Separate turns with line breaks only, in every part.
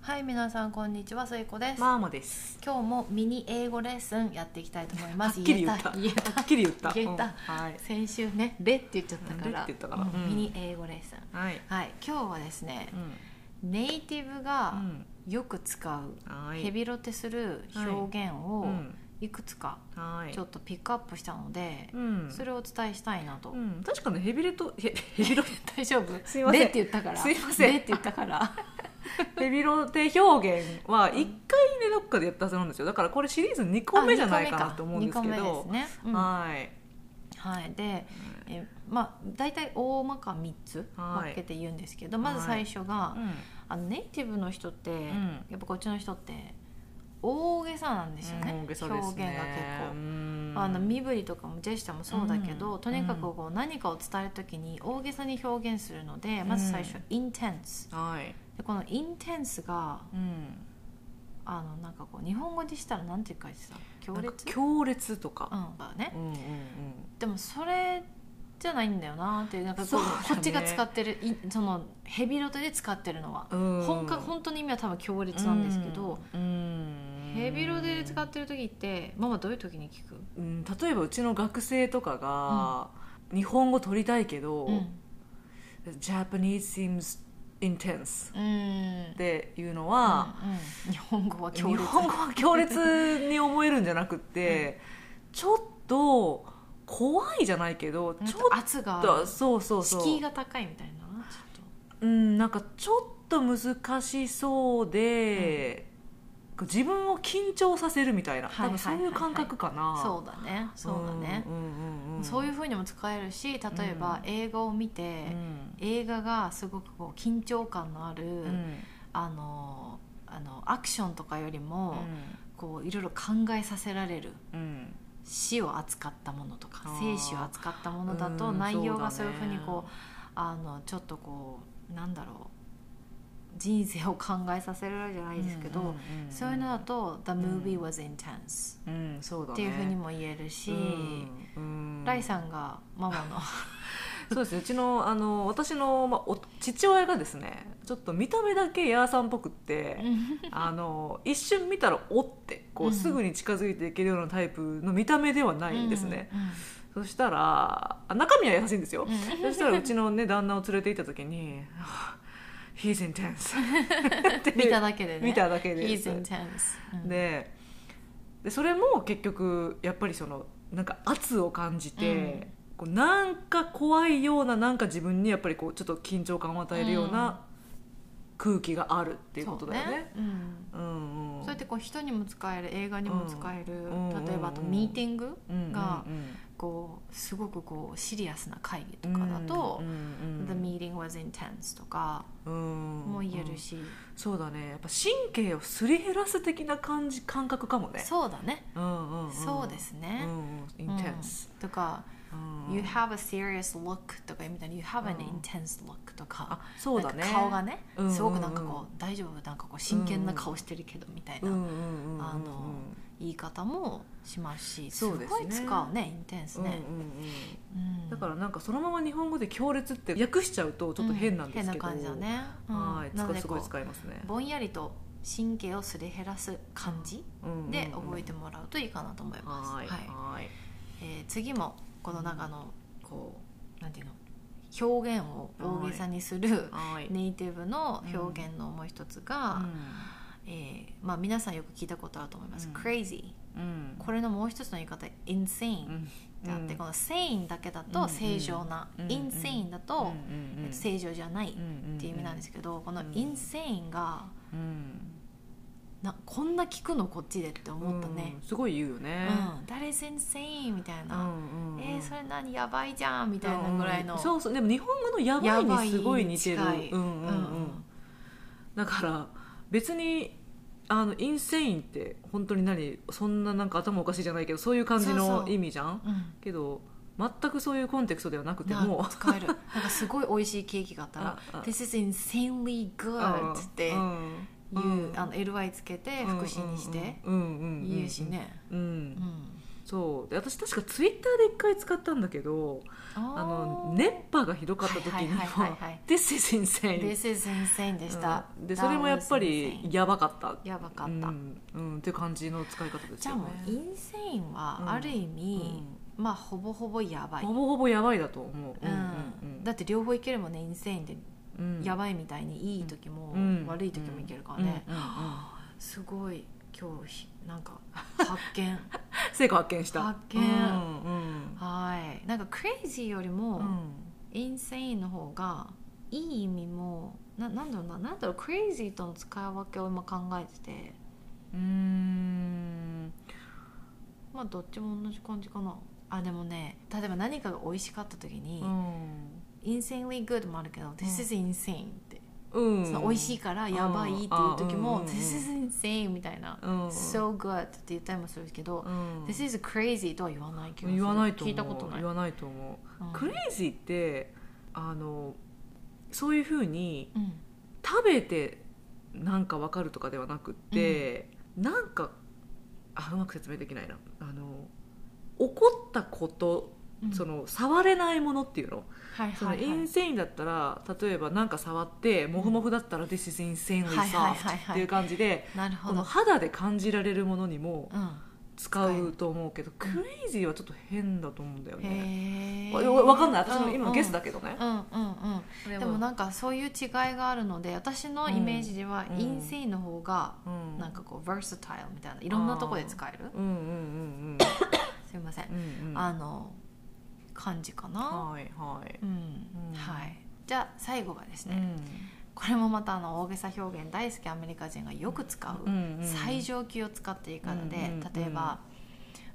はい皆さんこんにちは末子です、
マーモです
今日もミニ英語レッスンやっていきたいと思いま
はっ
す
きり言った
言えた
はっきり言った
言えた
うんはい
先週ね「レ」って言っちゃったから
うんレって言ったから
うん
うん
ミニ英語レッスン
はい
はい今日はですね
う
ネイティブが
ん
よく使う
うんはい
ヘビロテする表現
う
を
ん
いくつか
はい
ちょっとピックアップしたので
うん
それをお伝えしたいなと、
うん確かにヘビレトヘヘ ビロ
大丈夫
すいません
レって言ったから
すいません
レって言ったから
ヘビロテ表現は一回ねどっかでやったはずなんですよだからこれシリーズ二個目じゃないかなと思うんですけ
2個
ど
目ですね、うん
はい
はい、で、えまあ、大体大まか3つ
はい
分けて言うんですけど、まず最初が、あのネイティブの人って、
ん
やっぱこっちの人って大げさなんですよね,、
うん大げさです
表現が結
ね
構。
うん
あの身振りとかもジェスチャーもそうだけど、
うん
とにかくこう何かを伝える時に大げさに表現するので、まず最初
うん
「intense
はい」
でこの「intense」が
うん
あのなんかこう日本語でしたら何て書いてた強
なんか
烈
強烈と
う
か
んだね
うんうんうん
でもそれじゃないんだよなっていうなんかこ
そう
う
だね
こっちが使ってるいそのヘビロテで使ってるのは、本
本
格本当に意味は多分強烈なんですけど、、
うん
ヘビロテで使ってる時ってママどういう時に聞く、
うん例えばうちの学生とかが、日本語取りたいけど、
うん、
Japanese seems intense
うん
っていうのは、
うん日本語は強
日
烈
本語は強烈に思えるんじゃなくて、ちょっと怖いじゃないけど
ち
ち
ょ
ょ
っと
っ
圧が
とそうそうそう
敷居が高いみたいなのちょっ
うん、なんかちょっと難しそうで、こう自分を緊張させるみたいな、
はいはいはいはい
多分そういう感覚かな。
とそうだねそうだね、
んんんん
そういうふうにも使えるし例えば映画を見て、
うん
映画がすごくこう緊張感のある、
うん
あのあのアクションとかよりも、
う
こういろいろ考えさせられる
ん
死を扱ったものとか
あー
生死を扱ったものだと
うん
内容が
そ
そう
う
い
だ
う
ね
ふうにこうあのちょっとこうなんだろう人生を考えさせられるじゃないですけど、そういうのだ、と「The movie was intense
うんうんそうだ」ね、
っていうふうにも言えるし、
うんうん
ライさんがママの
そうですねうちのあの私の、まあ、お父親がですねちょっと見た目だけヤーさんっぽくってあの一瞬見たら「お」ってこ
うん
うすぐに近づいていけるようなタイプの見た目では ないんですね、そしたらあ中身は優しいんですよ、
うん。うん
そしたらうちの、ね、旦那を連れて行った時に 「He's intense って」
見ただけでね。
見ただけで
He's
す
intense、うん
ででそれも結局やっぱりそのなんか圧を感じて、こうなんか怖いようななんか自分にやっぱりこうちょっと緊張感を与えるような空気があるっていうことだよね。
そううん
うんうん
そうやってこう人にも使える映画にも使える、
うんうん
例えばあとミーティングが
うんうん
こうすごくこうシリアスな会議と
うん
かだと
うん
「The
うん
meeting was intense」とか
うん
も言えるし、
そうだねやっぱ神経をすり減らす的な感じ感覚かもね
そうだね、
うんうんん
そうです
うん
ね、
うん intense
とか
う
「
ん
You have a serious look」とかみたいに「You have an
うん
intense look」と
あ
か,、
そうだね
なんか顔がね
うんうんうん
すごくなんかこう「大丈夫なんかこう真剣な顔してるけど」みたい
うん
な
うんうんうん
あの言い方もしますしす
そうです
ご
ね
い使うねインテンスね。
うんうん
うん
だからなんかそのまま日本語で強烈って訳しちゃうとちょっと変なんですけど、
うん変な感じだね、うん
はい
な
使
の
う
ですこ
ごいう使いますね、
ぼんやりと神経をすり減らす感じ
うんうん
で覚えてもらうといいかなと思います、
はい
はい
はい
えー次もこの中のこうなんていうの表現を大げさにする
はい
ネイティブの表現のもう一つが、えーまあ、皆さんよく聞いたことあると思います「
うん
crazy」
うんうん
これのもう一つの言い方「insane」であって、この「sane」だけだ
うんう
と
ん
正常な「
うんうん
insane」だと、えっと正常じゃない
っ
っていう意味なんです
け
けど、この
う
「
ん
インセイン」が
ど、うん
なこんな聞くのこっちでって思ったね
うんすごい言うよ
「う
ね、
ん、誰先生」みたいな
うんうん
「
うん
えー、それ何やばいじゃん」みたいなぐらいの、
うんそうそうでも日本語の「やばい」にすごい似てる
やばいに近い
うんうんう
うん
ん、だから別にあのインセインって本当に何そんななんか頭おかしいじゃないけどそういう感じ
そう
の
そう
意味じゃん
うん
けど全くそういうコンテクストではなくて
な
も
使えるなんかすごい美味しいケーキがあったら「
ああ
This is insanely
う
good」
ん
って
う
言う、
ん
あの LY つけて
うん
副詞にして
うんうんうんうん
言うしね、
うん
うん
そうで私確かツイッターで一回使ったんだけどあの熱波がひどかった時に
はいはいはい
は
はいはい
「This is insane」
This is insane でした、
うんでそれもやっぱ
That was
り
insane
やばかった
やばか
う
った、
ん、うん、っていう感じの使い方ですよね
じゃあもうインセインは
うん
ある意味、まあほぼほぼやばい、
ほぼほぼやばいだと思う、
うんだって両方いけるもんねインセインで
うん
やばいみたいにいい時も
うん
悪い時もいけるからね、
うんうんうん
すごい今日ひなんか発 見
成果発見した
発見
うんうん
はいなんかクレイジーより
う
も
ん
インセインの方がいい意味もななんだろうななんだろうクレイジーとの使い分けを今考えてて
うーん
まあどっちも同じ感じかなあでもね例えば何かが美味しかった時に、insanely good もあるけど、this is insane って、
うん
その美味しいからやばいっていう時も、
うん
this is insane みたいな、
うん
so good って言ったりもするけど、
うん
this is crazy とは言わないけど
言わないと
聞
思う
いたことない、
言わないと思
うん
うクレイジーってあのそういうふうに
うん
食べてなんかわかるとかではなくって、なんかあうまく説明できないなあの怒ったこと、
うん
その触れないものっていうの
はい
その
はいはい
インセインだったら例えばなんか触ってモフモフだったら「This is insanely
はいはいはい
soft」
はい
っていう感じで
なる
こ
ほ
の
ど、
肌で感じられるものにも
う
使うと思うけどクレイジーはちょっと変だと思うんだよ
ん、
ね
へえ
わわかんない私も今ゲスだ
け
けどね
うんうんうん、でもなんかそういう違いがあるので私のイメージでは、
うん
インセインの方が
うん
なんかこう versatile みたいないろんなとこで使える
うんうんうんうん
すいません
うんうん
あの感じかな、
はいはい
うん
うん
はいじゃあ最後がです
う
ね、
ん
これもまたあの大げさ表現大好きアメリカ人がよく使う
うんうん
最上級を使っていい方で、
うんうん
例えば、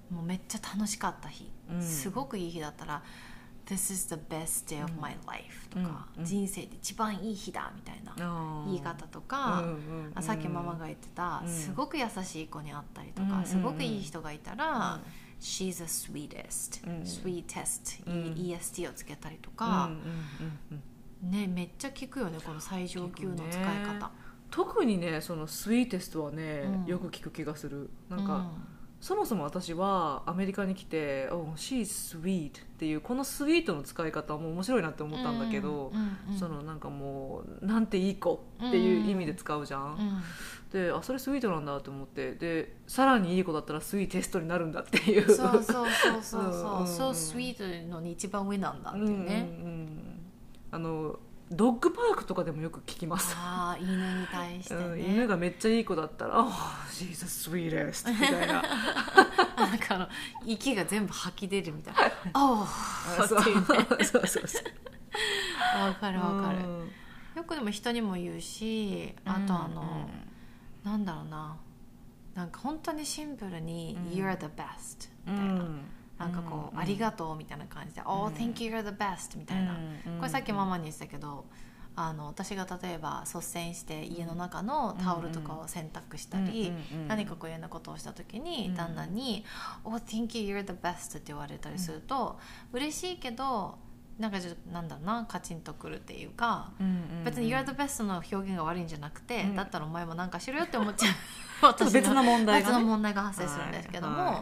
もうめっちゃ楽しかった日、
うん
すごくいい日だったら「This is the best day of my life」とか、
うんうん
人生で一番いい日だ」みたいな
あー
言い方とか、
うんうんうん
あさっきママが言ってた、
うん
すごく優しい子に会ったりと
うんうん
か、
うん
すごくいい人がいたら、
うん
She's the sweetest、
うん
sweetest、
うん
EST をつけたりと
う
か
ん、うんうんうん
ねめっちゃ聞くよねこの最上級の使い
聞くね
方、
特にねそのスイーテストはね
うん
よく聞く気がするなんかそもそも私はアメリカに来て「oh, she's sweet」っていうこの「スイートの使い方も面白いなって思ったんだけど、
うんうんうん
そのなんかもう「なんていい子」っていう意味で使うじゃん、
うん
であそれスイートなんだと思ってでさらにいい子だったら「スイーテストになるんだっていう
そうそうそうそう
うんうんうん
そう So sweet のに一番上なんだって
う
い
んうん
うね、
うんあのドッグパークとかでもよく聞きます
ああ犬に対してね、
うん犬がめっちゃいい子だったら「oh, she's the sweetest」みたいな
なんかあの息が全部吐き出るみたいな「ああ」って
そう
いうね
そうそうそう
わかるわかる、
うん
よくでも人にも言うしあとあの、なんだろうななんか本当にシンプルに「
うん
You're the best」
う
みたいな、
ん
なんかこう、
うん
ありがとう」みたいな感じで「Oh thank you you're the best」み
み
たいな、これさっきママに言ってたけどあの私が例えば率先して家の中のタオルとかを洗濯したり、何かこういうようなことをした時に、
うん
旦那に「Oh thank you you're the best」って言われたりすると、嬉しいけどなんかちょっとなんだろうなカチンとくるっていうか。別に「You're the best」の表現が悪いんじゃなくて、
うん
だったらお前もなんかしろよって思っちゃ う
ちょっと別の問題が、
別
ね、
の問題が発生するんですけども「
はいはいは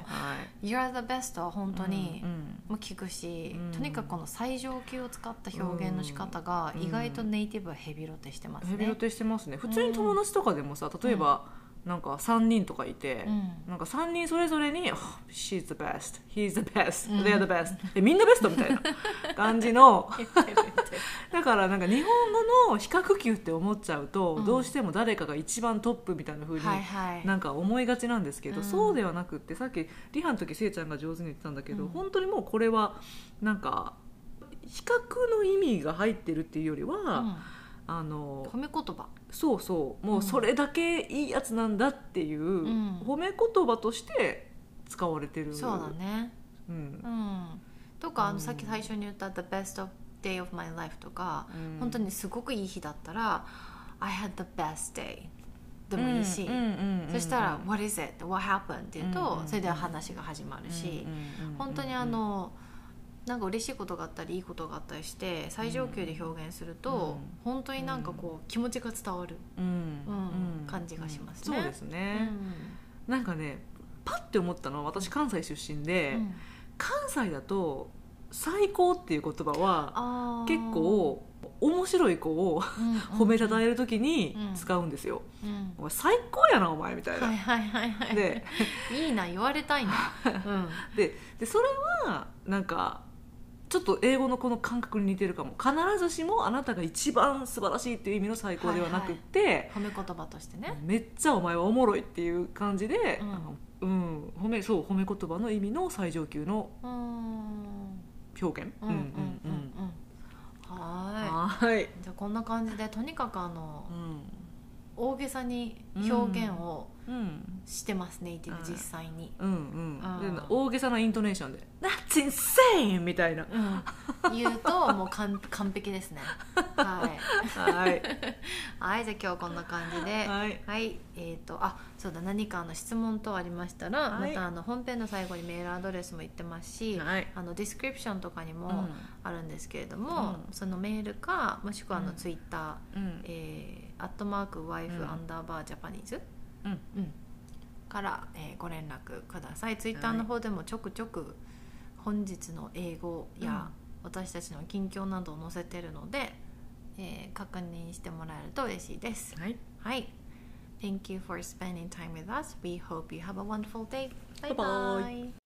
い
You're the best」は本当に、
うん
もう聞くし、
うん
とにかくこの最上級を使った表現の仕方が
うん
意外とネイティブはヘビロテしてますね。
ヘビロテしてますね普通に友達とかでもさ例えば、なんか3人とかいて、
うん
なんか3人それぞれに「Oh, She's the best He's the best
うん
They're the best、えみんなベスト」みたいな 感じのだからなんか日本語の比較級って思っちゃうと、
うん
どうしても誰かが一番トップみたいな風に
はいはい。
なんか思いがちなんですけど、
うん
そうではなくってさっきリハの時せいちゃんが上手に言ってたんだけど、
うん
本当にもうこれはなんか比較の意味が入ってるっていうよりは、
う
あ
ん、
の
褒め言葉。
そうそうもうそれだけいいやつなんだっていう、
ん
褒め言葉として使われてる
そうだね。
うん
うん。とかあ
う
の
ん
さっき最初に言った「The best of day of my life」とか、
うん
本当にすごくいい日だったら「I had the best day」でもいいし、
うんうんうんうん
そしたら「What is it? What happened?」って言うと、
うん
それで話が始まるし。
うんうんうん
本当にあのなんか嬉しいことがあったりいいことがあったりして最上級で表現すると、
うん
本当になんかこう気持ちが伝わる、
うん
うん感じがしますね
そうです
う
ね、
ん
なんかねパッて思ったのは私関西出身で、
うん
関西だと「最高」っていう言葉は
あー
結、構面白い子を褒めたたえる時に使うんですよ
うんうん
「お前最高やなお前」みたいな。
はいはいはいはい
で
いいな言われたい な、うん、
ででそれはなんかちょっと英語のこの感覚に似てるかも必ずしもあなたが一番素晴らしいっていう意味の最高ではなくって、
褒め言葉としてね
めっちゃお前はおもろいっていう感じで、
うん
あのうん褒めそう褒め言葉の意味の最上級の
うーん
表現。
うんうんうんうんは
はい、
ーいじゃあこんな感じでとにかくあの
うん
大げさに表現を
うん
してます、ネイティブ実際に、
うん
あ
う
ー
んで大げさなイントネーションで「That's insane!」みたいな
うん、言うともう完完璧ですねはい
はい、
はいじゃあ今日こんな感じで
はい、
はい、えー、とあそうだ何かあの質問等ありましたら、
はい
またあの本編の最後にメールアドレスも言ってますし、
はい
あのディスクリプションとかに
うん
もあるんですけれども、
うん
そのメールかもしくはあの
うん
ツイッタ
うん
ー、えーアットマークワイフ
うん
アンダーバージャパニーズ、
うん
うんから、えーご連絡くださいツイッター
はい
の方でもちょくちょく本日の英語や私たちの近況などを載せてるので、えー確認してもらえると嬉しいです
はい、
はい。Thank you for spending time with us. We hope you have a wonderful day. Bye
Bye-bye.
bye.